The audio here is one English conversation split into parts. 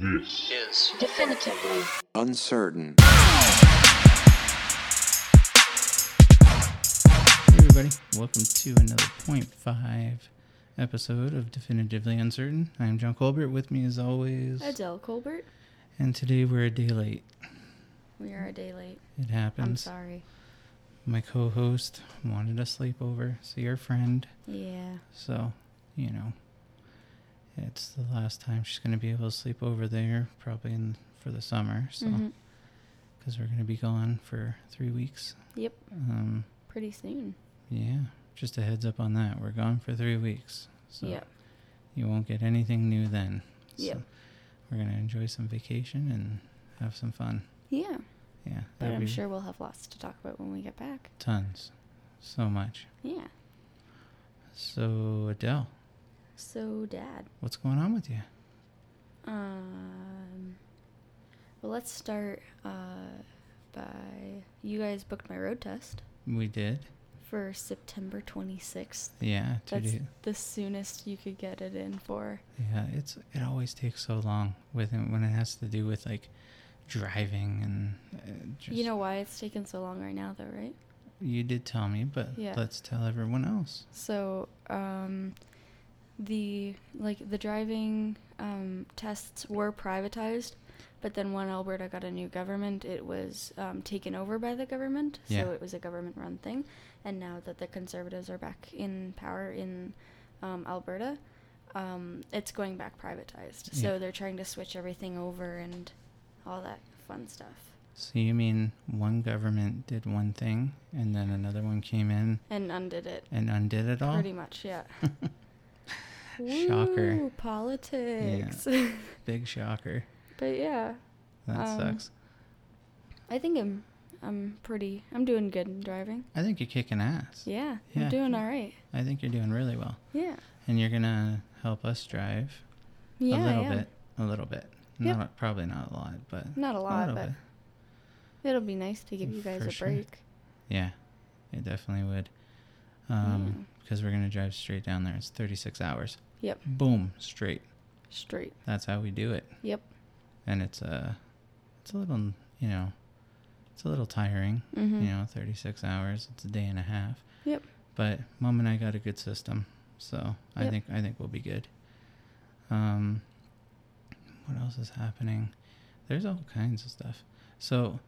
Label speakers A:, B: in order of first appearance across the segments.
A: This
B: is
C: definitively
D: Uncertain.
E: Hey everybody, welcome to another point five episode of Definitively Uncertain. I'm John Colbert. With me, as always,
F: Adele Colbert.
E: and today we're a day late.
F: We are a day late.
E: It
F: I'm
E: happens.
F: sorry.
E: My co-host wanted a sleepover, see her friend,
F: Yeah.
E: so you know, it's the last time she's going to be able to sleep over there, probably in for the summer. So,
F: Mhm.
E: because we're going to be gone for three weeks.
F: Yep.
E: Um,
F: Pretty soon.
E: yeah, just a heads up on that. We're gone for three weeks. So.
F: Yep.
E: You won't get anything new then.
F: Yep.
E: We're gonna enjoy some vacation and have some fun.
F: Yeah.
E: Yeah.
F: But
E: that'd
F: I'm
E: be
F: sure we'll have lots to talk about when we get back.
E: Tons. So much.
F: Yeah.
E: So Adele,
F: So, Dad.
E: what's going on with you?
F: Um. Well, let's start uh, by you guys booked my road test
E: We did.
F: for September 26th.
E: Yeah. Two
F: That's
E: days.
F: the soonest you could get it in for.
E: Yeah. It's it always takes so long with it when it has to do with like driving and uh, just,
F: You know why it's taken so long right now, though, right?
E: you did tell me, but
F: Yeah.
E: let's tell everyone else.
F: So, um, the like the driving um, tests were privatized, but then when Alberta got a new government, it was um, taken over by the government.
E: Yeah.
F: So it was a government-run thing, and now that the Conservatives are back in power in um, Alberta, um, it's going back privatized.
E: Yeah.
F: So they're trying to switch everything over and all that fun stuff.
E: So you mean one government did one thing and then another one came in
F: And undid it.
E: and undid it all?
F: Pretty much, yeah.
E: Shocker.
F: Woo, politics.
E: Big shocker.
F: But yeah,
E: That
F: Um,
E: sucks.
F: I think I'm I'm pretty I'm doing good in driving.
E: I think you're kicking ass.
F: Yeah,
E: Yeah.
F: I'm doing all right.
E: I think you're doing really well.
F: Yeah.
E: And you're going to help us drive
F: Yeah,
E: a
F: I
E: little
F: am.
E: bit. A little bit.
F: Yep.
E: Not probably not a lot, but
F: Not a lot,
E: little
F: but
E: bit.
F: it'll be nice to give you guys
E: For
F: a
E: sure.
F: break.
E: yeah. It definitely would. Um because we're going to drive straight down there. It's 36 hours.
F: Yep.
E: Boom, straight.
F: Straight.
E: That's how we do it.
F: Yep.
E: And it's a it's a little, you know, it's a little tiring,
F: Mhm.
E: you know, 36 hours. It's a day and a half.
F: Yep.
E: but mom and I got a good system, so I
F: Yep.
E: think I think we'll be good. Um, what else is happening? There's all kinds of stuff. So,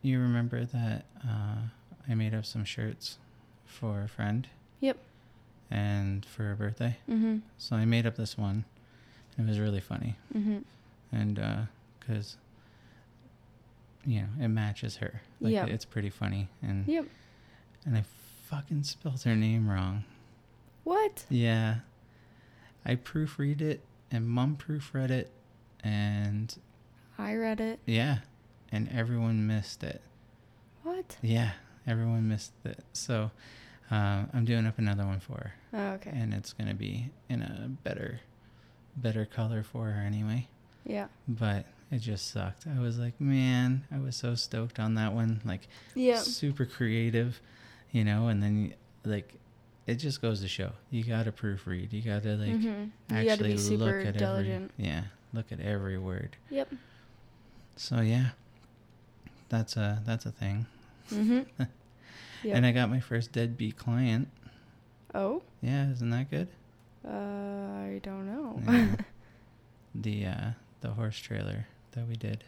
E: you remember that uh, I made up some shirts for a friend
F: Yep.
E: and for her birthday.
F: Mhm.
E: So I made up this one, and it was really funny,
F: Mhm.
E: and because you know it matches her. Like
F: Yep.
E: it's pretty funny, and
F: Yep.
E: and I fucking spelled her name wrong.
F: What?
E: Yeah. I proofread it and mom proofread it and
F: I read it.
E: yeah. And everyone missed it.
F: What?
E: Yeah, everyone missed it. So uh, I'm doing up another one for her.
F: Oh, okay.
E: And it's gonna be in a better better color for her anyway.
F: yeah.
E: But it just sucked. I was like, man, I was so stoked on that one. Like
F: Yeah.
E: super creative, you know, and then like it just goes to show you got to proofread. You got to like
F: Mhm.
E: actually
F: You gotta be super
E: look at
F: diligent.
E: every yeah, look at every word.
F: Yep.
E: So yeah, that's a that's a thing.
F: Mhm. Yep.
E: And I got my first deadbeat client.
F: oh.
E: Yeah, isn't that good?
F: Uh, I don't know.
E: Yeah. the uh, the horse trailer that we did,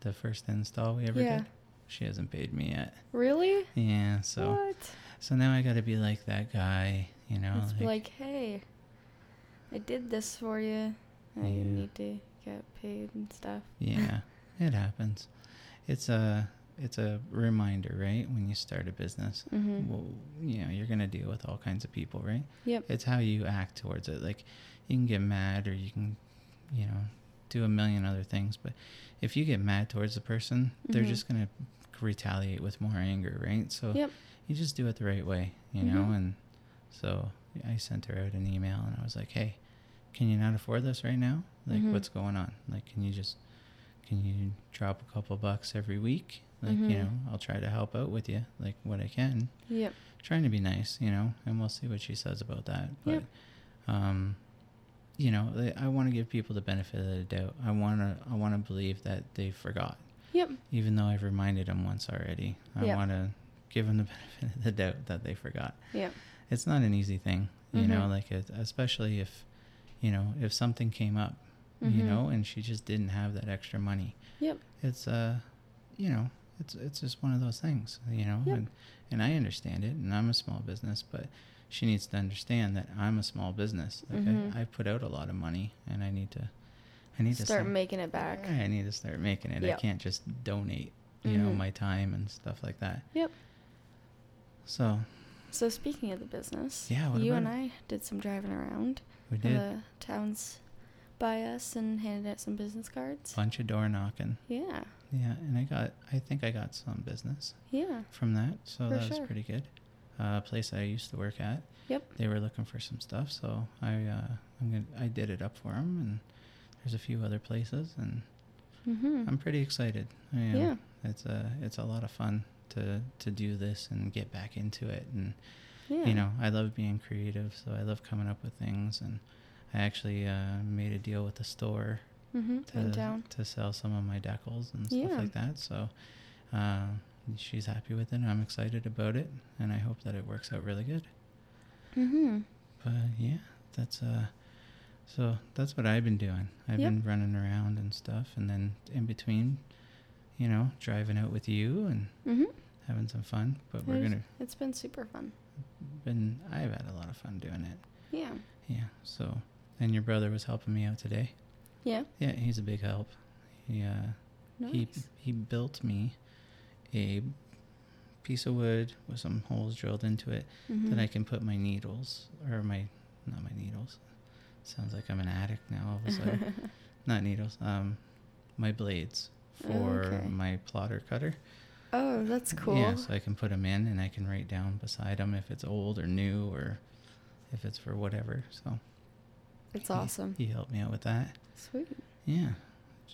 E: the first install we ever
F: Yeah.
E: did. She hasn't paid me yet.
F: really?
E: Yeah, so
F: What?
E: so now I got to be like that guy, you know,
F: It's like, hey, I did this for you. I
E: Yeah.
F: need to get paid and stuff.
E: Yeah, it happens. It's a it's a reminder, right? When you start a business,
F: Mhm.
E: well, you know you're gonna deal with all kinds of people, right?
F: Yep.
E: It's how you act towards it. Like you can get mad, or you can, you know, do a million other things. But if you get mad towards the person, they're
F: Mhm.
E: just gonna retaliate with more anger, right? So
F: Yep.
E: you just do it the right way, you know.
F: Mhm.
E: And so I sent her out an email, and I was like, "Hey, can you not afford this right now? Like,
F: Mhm.
E: what's going on? Like, can you just can you drop a couple bucks every week? Like, you
F: Mhm.
E: know, I'll try to help out with you, like what I can.
F: Yep.
E: Trying to be nice, you know, and we'll see what she says about that. But
F: Yep.
E: um, you know, they- I want to give people the benefit of the doubt. I want to I want to believe that they forgot,
F: Yep.
E: even though I've reminded them once already. I
F: Yeah.
E: want to give them the benefit of the doubt that they forgot.
F: Yep.
E: It's not an easy thing, you know,
F: Mhm.
E: like it, especially if you know, if something came up, you
F: Mhm.
E: know, and she just didn't have that extra money.
F: Yep.
E: It's uh, you know, it's it's just one of those things, you know.
F: Yep.
E: And and I understand it, and I'm a small business, but she needs to understand that I'm a small business. Like
F: Mhm.
E: I, I put out a lot of money, and I need to, I need to
F: Start
E: some-
F: making it back.
E: I need to start making it.
F: Yep.
E: I can't just donate, you know,
F: Mhm.
E: my time and stuff like that.
F: Yep.
E: So
F: So speaking of the business,
E: Yeah, what
F: you
E: about
F: and
E: it?
F: I did some driving around
E: we
F: in
E: did a
F: the towns by us and handed out some business cards.
E: bunch of door knocking.
F: Yeah.
E: Yeah, and I got, I think I got some business
F: Yeah.
E: from that, so
F: For
E: that was
F: sure.
E: pretty good. Uh, place I used to work at.
F: Yep.
E: they were looking for some stuff, so I uh, I'm gonna I did it up for them, and there's a few other places, and
F: Mm-hmm.
E: I'm pretty excited. I am.
F: Yeah.
E: it's a it's a lot of fun to to do this and get back into it, and
F: Yeah.
E: you know I love being creative, so I love coming up with things, and I actually uh, made a deal with a store
F: Mm-hmm.
E: to
F: in town.
E: to sell some of my decals and
F: Yeah.
E: stuff like that, so. Uh, She's happy with it. and I'm excited about it, and I hope that it works out really good.
F: Mm-hmm.
E: But yeah, that's uh so that's what I've been doing. I've
F: Yep.
E: been running around and stuff and then in between, you know, driving out with you and
F: Mm-hmm.
E: having some fun. But we're
F: There's-
E: gonna
F: It's been super fun.
E: been I've had a lot of fun doing it.
F: Yeah.
E: Yeah. So and your brother was helping me out today.
F: Yeah.
E: Yeah, he's a big help. He uh
F: Nice.
E: he he built me a piece of wood with some holes drilled into it
F: Mm-hmm.
E: that I can put my needles or my not my needles. Sounds like I'm an addict now all of a sudden. not needles. Um, my blades
F: Oh,
E: for
F: okay.
E: my plotter cutter.
F: oh, that's cool.
E: Yeah, so I can put them in and I can write down beside them if it's old or new or if it's for whatever. So
F: it's
E: he-
F: awesome.
E: He helped me out with that.
F: Sweet.
E: Yeah,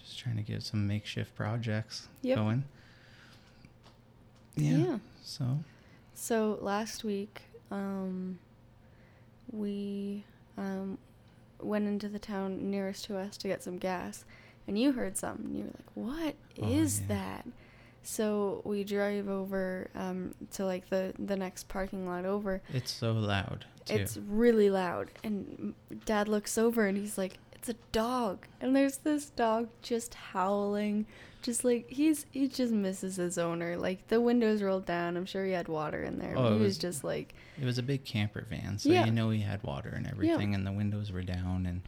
E: just trying to get some makeshift projects
F: Yep.
E: going. Yeah. So
F: So last week, um, we um, went into the town nearest to us to get some gas, and you heard something. and You were like, "What
E: Oh,
F: is
E: yeah.
F: that?" So we drive over um, to like the the next parking lot over.
E: it's so loud too.
F: It's really loud, and m- Dad looks over and he's like, "It's a dog!" And there's this dog just howling, just like he's he just misses his owner. Like the windows rolled down. I'm sure he had water in there.
E: Oh,
F: but
E: it
F: he was,
E: was-
F: just like,
E: It was a big camper van, so
F: Yeah.
E: you know he had water and everything, and the windows were down, and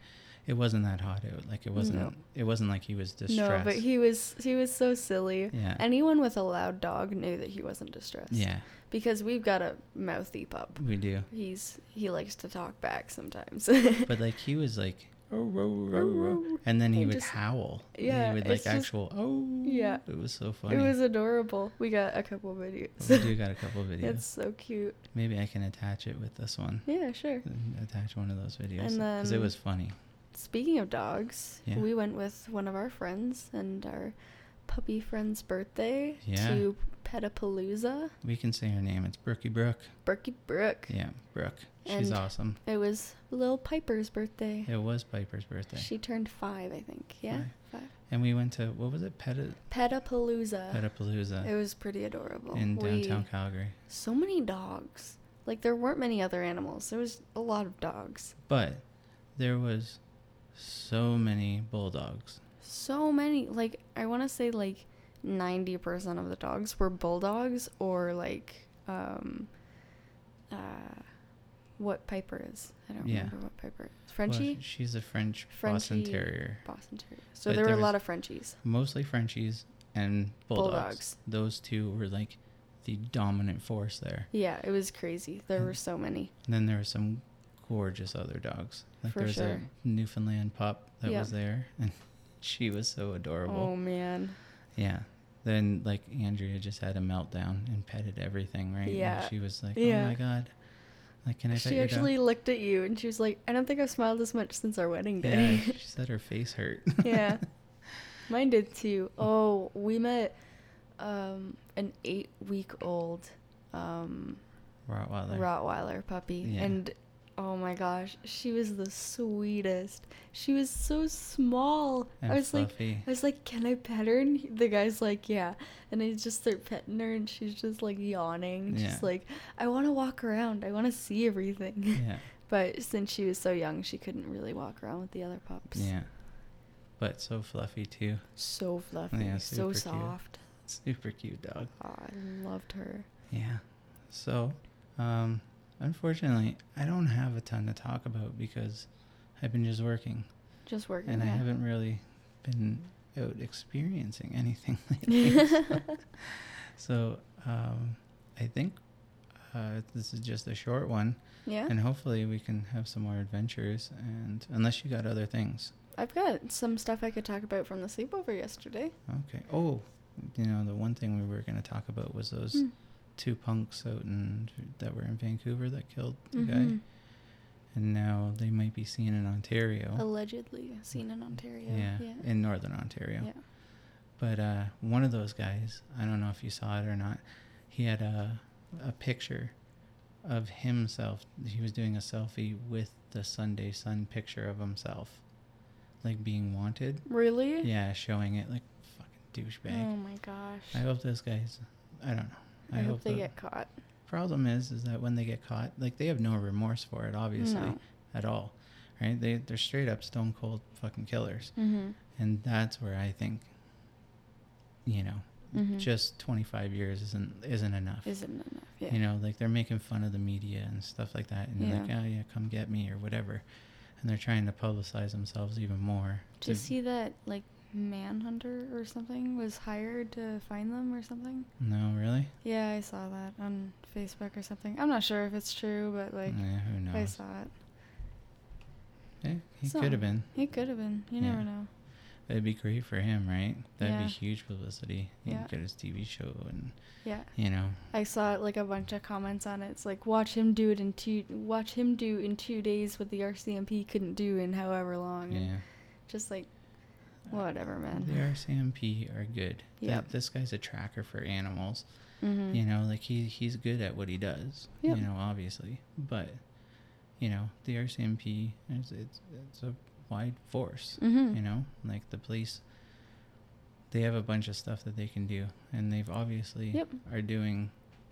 E: it wasn't that hot out. Like it wasn't.
F: No.
E: It wasn't like he was distressed.
F: no, but he was he was so silly.
E: Yeah.
F: Anyone with a loud dog knew that he wasn't distressed.
E: yeah,
F: Because we've got a mouthy pup.
E: we do.
F: He's he likes to talk back sometimes.
E: But like he was like, oh, row, row, row, and then he
F: oh. And
E: would
F: just-
E: howl.
F: yeah,
E: he would
F: it's
E: like
F: just-
E: actual. Oh,
F: Yeah.
E: It was so funny.
F: it was adorable. We got a couple videos.
E: we do got a couple videos.
F: It's so cute.
E: Maybe I can attach it with this one.
F: Yeah, sure.
E: Attach one of those videos
F: And
E: because it
F: then-
E: was funny.
F: Speaking of dogs,
E: Yeah.
F: we went with one of our friends and our puppy friend's birthday
E: Yeah.
F: to Petapalooza,
E: We can say her name. It's Brookie Brooke.
F: Berkey Brook.
E: Yeah, Brooke. She's
F: And-
E: awesome.
F: It was Lil Piper's birthday.
E: It was Piper's birthday.
F: She turned five, I think. Yeah, five.
E: And we went to what was it? Peta
F: Petapalooza. Uh, It
E: Petapalooza
F: was pretty adorable.
E: in downtown
F: We-
E: Calgary.
F: so many dogs. Like there weren't many other animals. There was a lot of dogs.
E: But there was so many bulldogs.
F: So many. Like I want to say like 90% of the dogs were bulldogs or like um uh what Piper is. I don't
E: Yeah.
F: remember what Piper. Is.
E: Well,
F: Frenchie?
E: sh- she's a French Boston
F: Frenchie.
E: Terrier.
F: Boston Terrier. So
E: But
F: there were
E: there
F: a lot
E: was-
F: of Frenchies.
E: Mostly Frenchies and bulldogs.
F: Bulldogs.
E: Those two were like the dominant force there.
F: Yeah, it was crazy. There
E: And-
F: were so many.
E: And then there were some gorgeous other dogs. Like
F: For
E: there was
F: sure.
E: a Newfoundland pup that
F: Yeah.
E: was there and she was so
F: Oh
E: adorable.
F: man.
E: Yeah. Then like Andrea just had a meltdown and petted everything, right? And
F: Yeah.
E: she was like,
F: Yeah.
E: "Oh my god, like can I?" pet
F: She
E: your dog?"
F: actually looked at you and she was like, I don't think I've smiled this much since our wedding
E: Yeah,
F: day.
E: she said her face hurt.
F: Yeah. Mine did too. Oh, we met um, an eight week old um,
E: Rottweiler.
F: Rottweiler puppy.
E: Yeah.
F: And Oh my gosh, she was the sweetest. She was so small.
E: And
F: I was
E: fluffy.
F: like, I was like, can I pet her? And he- the guy's like, yeah. And I just start petting her, and she's just like yawning.
E: Yeah.
F: She's like, I want to walk around. I want to see everything.
E: Yeah.
F: but since she was so young, she couldn't really walk around with the other pups.
E: Yeah. But so fluffy too.
F: So fluffy,
E: Yeah, super
F: so
E: cute.
F: soft.
E: Super cute dog.
F: Oh, I loved her.
E: Yeah. So, um, unfortunately, I don't have a ton to talk about because I've been just working
F: Just working.
E: and I
F: yeah.
E: haven't really been out experiencing anything lately. so, so, um, I think uh, this is just a short one,
F: Yeah.
E: and hopefully we can have some more adventures. And unless you got other things,
F: I've got some stuff I could talk about from the sleepover yesterday.
E: okay. Oh, you know the one thing we were going to talk about was those
F: Mm.
E: two punks out in that were in Vancouver that killed the guy,
F: Mhm.
E: and now they might be seen in Ontario.
F: Allegedly seen in Ontario.
E: yeah,
F: Yeah.
E: in northern Ontario.
F: yeah.
E: But uh, one of those guys, I don't know if you saw it or not, he had a, a picture of himself. He was doing a selfie with the Sunday Sun picture of himself, like being wanted.
F: Really?
E: Yeah, showing it like fucking
F: Oh
E: douchebag.
F: my gosh.
E: I hope those guys, I don't know.
F: I hope they
E: the
F: get caught.
E: problem is, is that when they get caught, like they have no remorse for it, obviously,
F: No.
E: at all, right? They they're straight up stone cold fucking killers,
F: Mm-hmm.
E: and that's where I think, you know,
F: Mhm.
E: just 25 years isn't isn't enough
F: Isn't enough. Yeah.
E: you know like they're making fun of the media and stuff like that and like
F: Yeah.
E: oh yeah come get me or whatever and they're trying to publicize themselves even more
F: Did you
E: to-
F: see that like manhunter or something was hired to find them or something?
E: no really
F: Yeah, I saw that on Facebook or something. I'm not sure if it's true, but like
E: yeah, who knows
F: I saw it.
E: Eh, he
F: So,
E: could have been
F: It could have been. You
E: Yeah.
F: never know.
E: that'd be great for him right that'd
F: Yeah.
E: be huge publicity he
F: Yeah.
E: could get his tv show and
F: Yeah.
E: you know
F: I saw like a bunch of comments on it. It's like watch him do it in two watch him do in two days what the RCMP couldn't do in however long. and
E: yeah
F: Just like
E: Uh,
F: whatever, man.
E: the rcmp are good That-
F: Yep.
E: this guy's a tracker for animals
F: Mhm.
E: you know like he he's good at what he does
F: Yep.
E: you know obviously but you know the rcmp is it's, it's a wide force
F: Mhm.
E: you know like the police they have a bunch of stuff that they can do and they've obviously
F: Yep.
E: are doing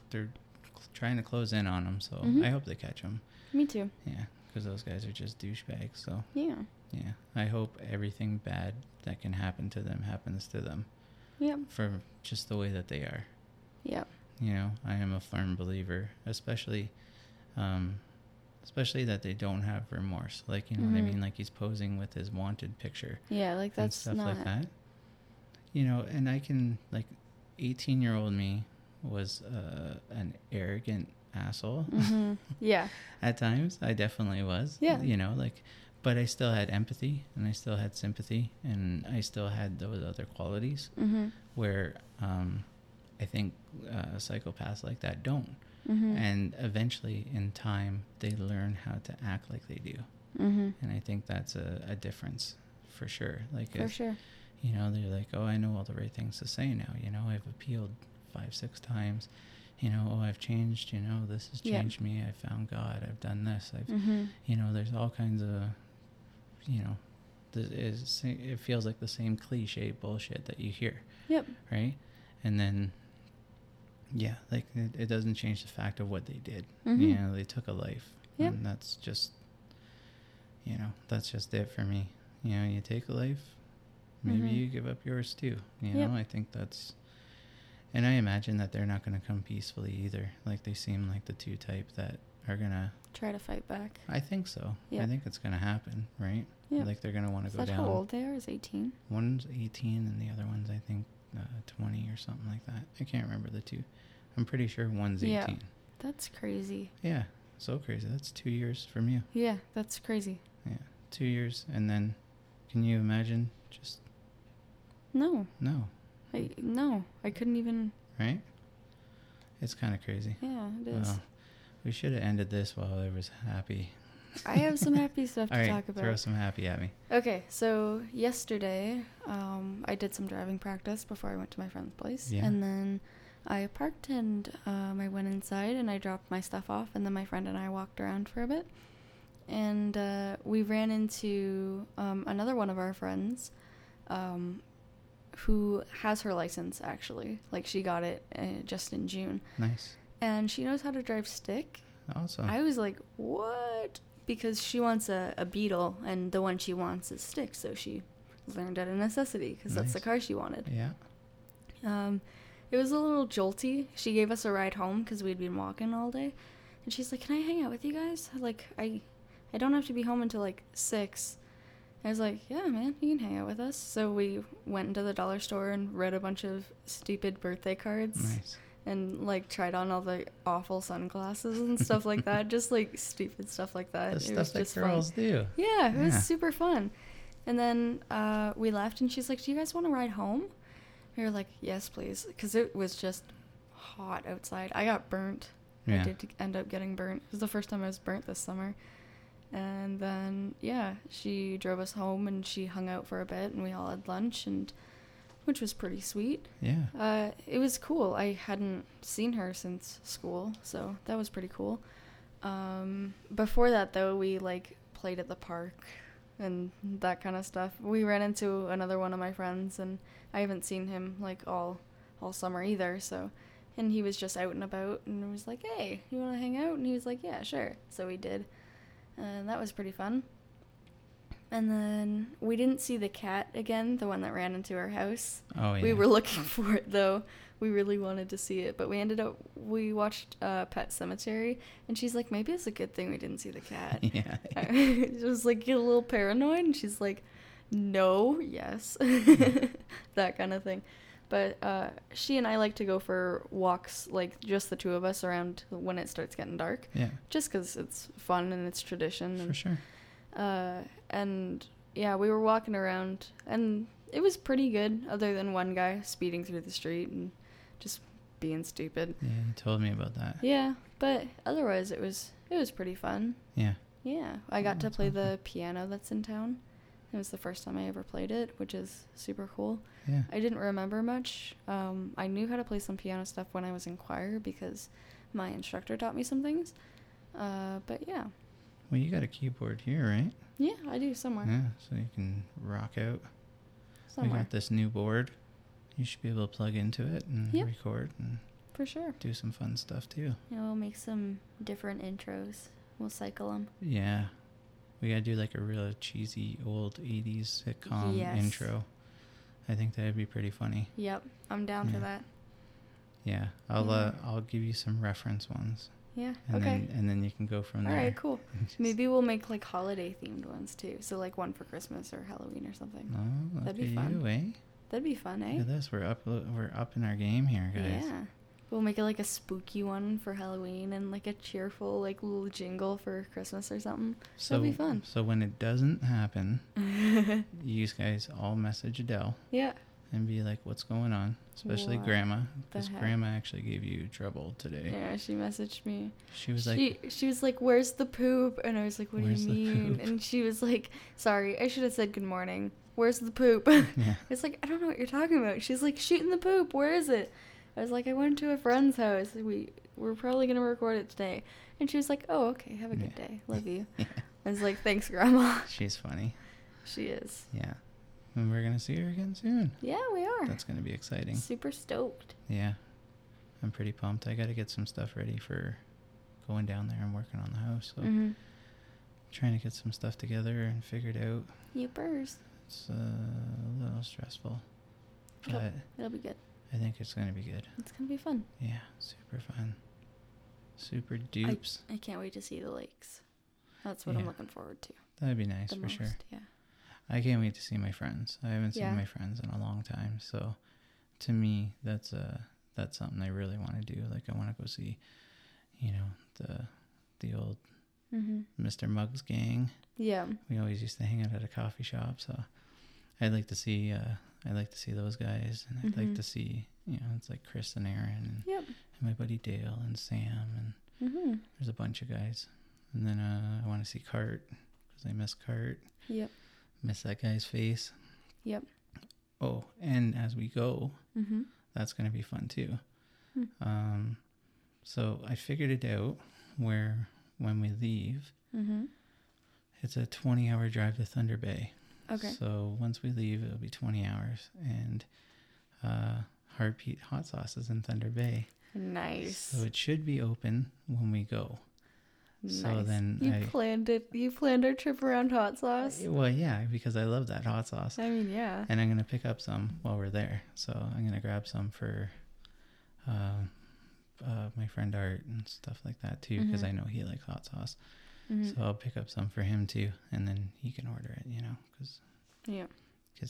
E: they're cl- trying to close in on them so
F: Mhm.
E: i hope they catch them
F: Me too.
E: yeah because those guys are just douchebags so
F: Yeah.
E: yeah i hope everything bad that can happen to them happens to them
F: Yep.
E: for just the way that they are
F: Yep.
E: you know i am a firm believer especially um especially that they don't have remorse like you know what i
F: Mhm.
E: mean like he's posing with his wanted picture
F: Yeah, like
E: and
F: that's
E: stuff
F: not
E: like that you know and i can like 18 year old me was uh, an arrogant asshole
F: Mhm. Yeah.
E: at times i definitely was
F: Yeah.
E: you know like but i still had empathy and i still had sympathy and i still had those other qualities
F: Mhm.
E: where um, I think uh, psychopaths like that don't.
F: Mhm.
E: And eventually, in time, they learn how to act like they do.
F: Mhm.
E: And I think that's a, a difference for sure. Like,
F: For
E: if,
F: sure.
E: you know, they're like, oh, I know all the right things to say now. You know, I've appealed five, six times. You know, oh, I've changed. You know, this has
F: Yeah.
E: changed me. I've found God. I've done this. I've,
F: Mhm.
E: you know, there's all kinds of, you know, th- is, it feels like the same cliche bullshit that you hear
F: Yep.
E: right? And then, yeah, like it, it doesn't change the fact of what they did. You
F: Mhm.
E: know, they took a life,
F: Yep.
E: and that's just, you know, that's just it for me. You know, you take a life, maybe
F: Mhm.
E: you give up yours too. You
F: Yep.
E: know, I think that's, and I imagine that they're not going to come peacefully either. Like they seem like the two type that are gonna.
F: Try to fight back.
E: I think so. I
F: Yep.
E: think it's gonna happen, right?
F: Yeah.
E: Like they're gonna want to
F: Is
E: go
F: that
E: down.
F: how old they are? Is 18?
E: One's 18 and the other one's, I think, uh, 20 or something like that. I can't remember the two. I'm pretty sure one's 18.
F: Yeah.
E: Yeah.
F: That's crazy.
E: So crazy. That's two years from you.
F: Yeah, that's crazy.
E: Yeah. Two years. And then, can you imagine? Just
F: No.
E: no,
F: I no. I couldn't even
E: right? It's kind of crazy.
F: Yeah, it is.
E: Well, we should have ended this while I was happy.
F: I have some happy stuff to
E: All right,
F: talk about.
E: Throw some happy at me.
F: Okay, so yesterday, um, I did some driving practice before I went to my friend's place,
E: Yeah.
F: and then I parked and um, I went inside and I dropped my stuff off, and then my friend and I walked around for a bit, and uh, we ran into um, another one of our friends um, who has her license actually. Like she got it uh, just in June,
E: Nice.
F: and she knows how to drive stick.
E: Awesome.
F: I was like, what? Because she wants a, a Beetle, and the one she wants is stick, so she learned out of necessity because that's the
E: Nice.
F: car she wanted.
E: yeah.
F: Um, it was a little jolty. She gave us a ride home because we'd been walking all day, and she's like, "Can I hang out with you guys? Like, I, I don't have to be home until like six. I was like, "Yeah, man, you can hang out with us." So we went into the dollar store and read a bunch of stupid birthday cards
E: Nice.
F: and like tried on all the awful sunglasses and stuff like that. Just like stupid stuff like that.
E: The
F: It
E: stuff
F: was
E: that
F: just fun.
E: girls do.
F: Yeah, it
E: Yeah.
F: was super fun. And then uh, we left, and she's like, "Do you guys want to ride home?" We were like, "Yes, please," because it was just hot outside. I got burnt.
E: Yeah.
F: I did end up getting burnt. It was the first time I was burnt this summer. And then yeah, she drove us home, and she hung out for a bit, and we all had lunch, and which was pretty sweet.
E: Yeah.
F: Uh, it was cool. I hadn't seen her since school, so that was pretty cool. Um, before that, though, we like played at the park and that kind of stuff. We ran into another one of my friends, and I haven't seen him like all all summer either. So, and he was just out and about, and was like, "Hey, you want to hang out?" And he was like, "Yeah, sure." So we did, and Uh, that was pretty fun. And then we didn't see the cat again, the one that ran into our house.
E: oh yeah.
F: We were looking for it though. We really wanted to see it, but we ended up we watched uh, Pet Cemetery, and she's like, maybe it's a good thing we didn't see the cat.
E: yeah.
F: I was like, get a little paranoid, and she's like, no, yes, that kind of thing. But uh, she and I like to go for walks, like just the two of us, around when it starts getting dark,
E: yeah.
F: just 'cause it's fun and it's tradition.
E: For
F: and
E: sure.
F: uh, and yeah, we were walking around, and it was pretty good, other than one guy speeding through the street and just being stupid.
E: Yeah. You told me about that.
F: Yeah, but otherwise, it was it was pretty fun.
E: Yeah.
F: Yeah, I
E: Oh,
F: got to
E: that's
F: play the
E: awesome.
F: piano that's in town. It was the first time I ever played it, which is super cool.
E: Yeah.
F: I didn't remember much. Um, I knew how to play some piano stuff when I was in choir because my instructor taught me some things. Uh, but yeah,
E: Well, you got a keyboard here, right?
F: yeah, I do somewhere.
E: Yeah. So you can rock out. We
F: Somewhere.
E: Mm-hmm. got this new board. You should be able to plug into it and
F: Yep.
E: record and
F: For sure.
E: do some fun stuff too.
F: Yeah, we'll make some different intros. We'll cycle them.
E: Yeah. We gotta do like a real cheesy old 80s sitcom
F: Yes.
E: intro. I think that'd be pretty funny.
F: Yep, I'm down
E: Yeah.
F: for that.
E: Yeah, I'll
F: Yeah.
E: uh, I'll give you some reference ones,
F: Yeah.
E: and
F: okay.
E: then and then you can go from
F: All
E: there.
F: right. Cool.
E: Just-
F: Maybe we'll make like holiday themed ones too. So like one for Christmas or Halloween or something.
E: No, look
F: That'd be
E: at
F: fun,
E: you, eh?
F: That'd be fun, eh?
E: Look at this. We're up. We're up in our game here, guys.
F: Yeah. We'll make it like a spooky one for Halloween and like a cheerful like little jingle for Christmas or something.
E: So
F: That'd be fun.
E: So when it doesn't happen, you guys all message Adele
F: yeah.
E: and be like, "What's going on?" Especially
F: What
E: Grandma,
F: the
E: because
F: heck?
E: Grandma actually gave you trouble today.
F: Yeah, she messaged me.
E: She was like,
F: she she was like, "Where's the poop?" And I was like, "What
E: Where's
F: do
E: the
F: you mean?"
E: poop?
F: And she was like, "Sorry, I should have said good morning. Where's the poop?"
E: "Yeah,
F: It's like, I don't know what you're talking about. She's like, shooting the poop. Where is it? I was like, I went to a friend's house. We we're probably gonna record it today. And she was like, Oh, okay. Have a good
E: Yeah.
F: day. Love you.
E: yeah."
F: I was like, Thanks, Grandma.
E: She's funny.
F: She is.
E: Yeah, and we're gonna see her again soon.
F: Yeah, we are.
E: That's gonna be exciting.
F: Super stoked.
E: Yeah. I'm pretty pumped. I got to get some stuff ready for going down there and working on the house. So
F: Mm-hmm.
E: trying to get some stuff together and figured out.
F: Youpers.
E: It's uh, a little stressful,
F: Cool.
E: but
F: It'll be good.
E: I think it's going to be good.
F: It's gonna be fun.
E: Yeah, super fun. Super dupes.
F: I can't wait to see the lakes. That's what I'm
E: Yeah.
F: looking forward to.
E: That'd be nice
F: the
E: for
F: most.
E: sure.
F: Yeah.
E: I can't wait to see my friends. I haven't seen
F: Yeah.
E: my friends in a long time, so to me, that's uh that's something I really want to do. Like I want to go see, you know, the the old
F: Mm-hmm.
E: Mr. Muggs gang.
F: Yeah.
E: we always used to hang out at a coffee shop so i'd like to see uh i'd like to see those guys and i'd like
F: Mhm.
E: to see you know it's like chris and aaron and,
F: Yep.
E: and my buddy dale and sam and
F: Mm-hmm.
E: there's a bunch of guys and then uh i want to see cart because i miss cart
F: Yep.
E: miss that guy's face
F: Yep.
E: oh and as we go
F: Mm-hmm.
E: that's going to be fun too
F: Hmm.
E: um so i figured it out where when we leave
F: Mm-hmm.
E: It's a 20 hour drive to Thunder Bay.
F: Okay.
E: So once we leave, it'll be 20 hours. And uh, Heartbeat Hot Sauce is in Thunder Bay.
F: Nice.
E: So it should be open when we go.
F: nice.
E: So then
F: you
E: I.
F: planned it. You planned our trip around hot sauce.
E: Well, yeah, because I love that hot sauce.
F: I mean, yeah.
E: And I'm going to pick up some while we're there. So I'm going to grab some for uh, uh, my friend Art and stuff like that too, because
F: Mhm.
E: I know he likes hot sauce.
F: Mhm.
E: So I'll pick up some for him too, and then he can order it, you know, because
F: Yeah.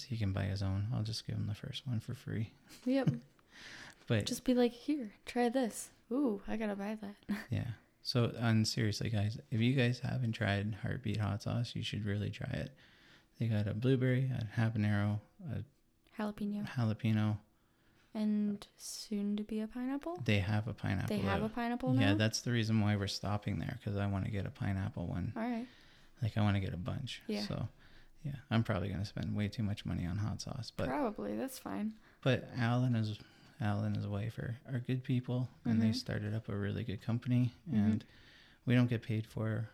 E: he can buy his own. I'll just give him the first one for free.
F: Yep.
E: But
F: Just be like, here, try this. Ooh, I gotta buy that.
E: yeah. So, and seriously, guys, if you guys haven't tried Heartbeat Hot Sauce, you should really try it. They got a blueberry, a habanero, a
F: Jalapeno
E: jalapeno.
F: and soon to be a pineapple.
E: They have a pineapple.
F: They have a
E: out.
F: pineapple now.
E: Yeah, that's the reason why we're stopping there because I want to get a pineapple one.
F: All right.
E: Like I want to get a bunch.
F: Yeah.
E: So, yeah, I'm probably gonna spend way too much money on hot sauce, but
F: Probably that's fine.
E: But Al and his Al and his wife are, are good people, and they
F: Mhm.
E: started up a really good company.
F: Mhm.
E: And we don't get paid for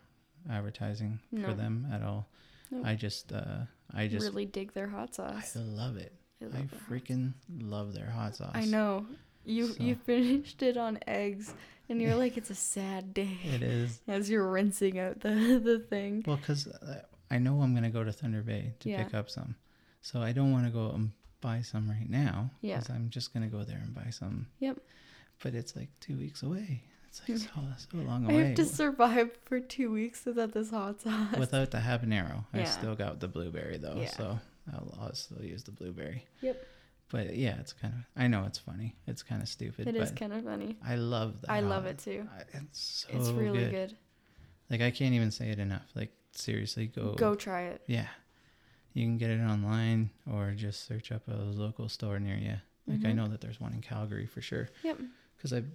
E: advertising for
F: No.
E: them at all.
F: Nope.
E: I just uh, I just
F: really dig their hot
E: I
F: sauce.
E: love it.
F: love
E: I,
F: their hot
E: freaking love their hot sauce.
F: sauce. I know. You
E: So-
F: you finished it on eggs, and you're like, it's a sad day.
E: it is.
F: As you're rinsing out the the thing.
E: Well, because I know I'm gonna go to Thunder Bay to
F: Yeah.
E: pick up some, so I don't want to go and buy some right now.
F: Yeah.
E: 'cause I'm just gonna go there and buy some.
F: Yep.
E: But it's like two weeks away. It's like so, so long
F: I
E: away.
F: have to survive for two weeks without this hot sauce.
E: Without the habanero, I
F: Yeah.
E: still got the blueberry though,
F: Yeah.
E: so I'll, I'll still use the blueberry.
F: Yep.
E: But yeah, it's kind of. I know it's funny. It's kind of stupid.
F: it
E: but
F: is kind of funny.
E: I love that.
F: I love
E: hot-
F: it too.
E: I- It's so
F: It's really
E: good.
F: good.
E: Like I can't even say it enough. Like seriously, go.
F: Go try it.
E: Yeah. You can get it online or just search up a local store near you. Like I
F: Mhm.
E: know that there's one in Calgary for sure
F: Yep.
E: because I've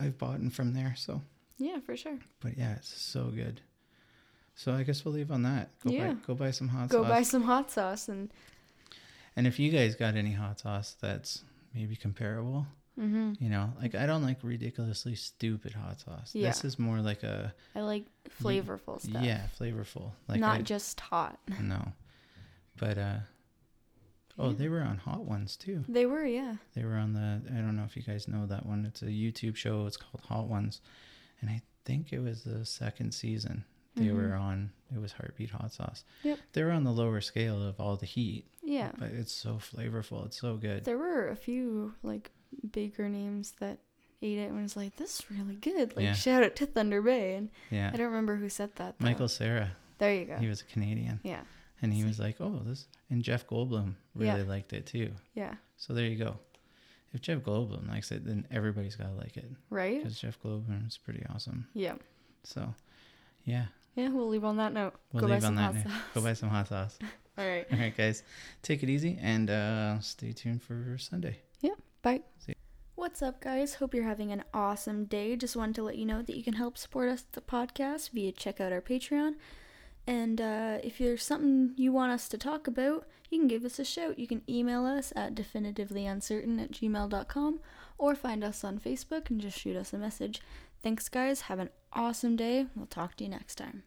E: I've bought in from there. So
F: Yeah, for sure.
E: But yeah, it's so good. So I guess we'll leave on that. Go
F: Yeah.
E: buy go buy some hot
F: Go
E: sauce.
F: buy some hot sauce and
E: and if you guys got any hot sauce that's maybe comparable,
F: hmm
E: you know, like I don't like ridiculously stupid hot sauce. This
F: Yeah.
E: is more like a
F: I like flavorful stuff.
E: yeah, flavorful. Like
F: Not
E: I,
F: just hot.
E: no. But uh oh,
F: Yeah.
E: they were on hot ones too.
F: They were, yeah.
E: They were on the I don't know if you guys know that one. It's a YouTube show. It's called Hot Ones. And I think it was the second season. They were on it was Heartbeat Hot Sauce.
F: Mm-hmm. Yep.
E: They were on the lower scale of all the heat.
F: Yeah.
E: But it's so flavorful. It's so good.
F: There were a few like baker names that ate it and was like, This is really good. Like
E: Yeah.
F: shout out to Thunder Bay and
E: Yeah.
F: I don't remember who said that. though.
E: Michael Sarah,
F: There you go.
E: he was a Canadian.
F: yeah.
E: And he was like, Oh, this and Jeff Goldblum
F: Yeah.
E: really liked it too.
F: Yeah.
E: So there you go. If Jeff Goldblum likes it, then everybody's gotta like it.
F: Right?
E: Because Jeff Goldblum is pretty awesome.
F: Yeah.
E: So yeah.
F: Yeah, we'll leave on that note.
E: We'll
F: Go buy
E: leave on
F: some
E: that
F: hot
E: note.
F: sauce.
E: Go buy some hot sauce.
F: All right.
E: All right, guys, take it easy and uh, stay tuned for Sunday.
F: Bye.
E: See-
F: What's up, guys? Hope you're having an awesome day. Just wanted to let you know that you can help support us at the podcast via check out our Patreon. And uh, if there's something you want us to talk about, you can give us a shout. You can email us at definitivelyuncertain at gmail.com or find us on Facebook and just shoot us a message. Thanks, guys. Have an awesome day. We'll talk to you next time.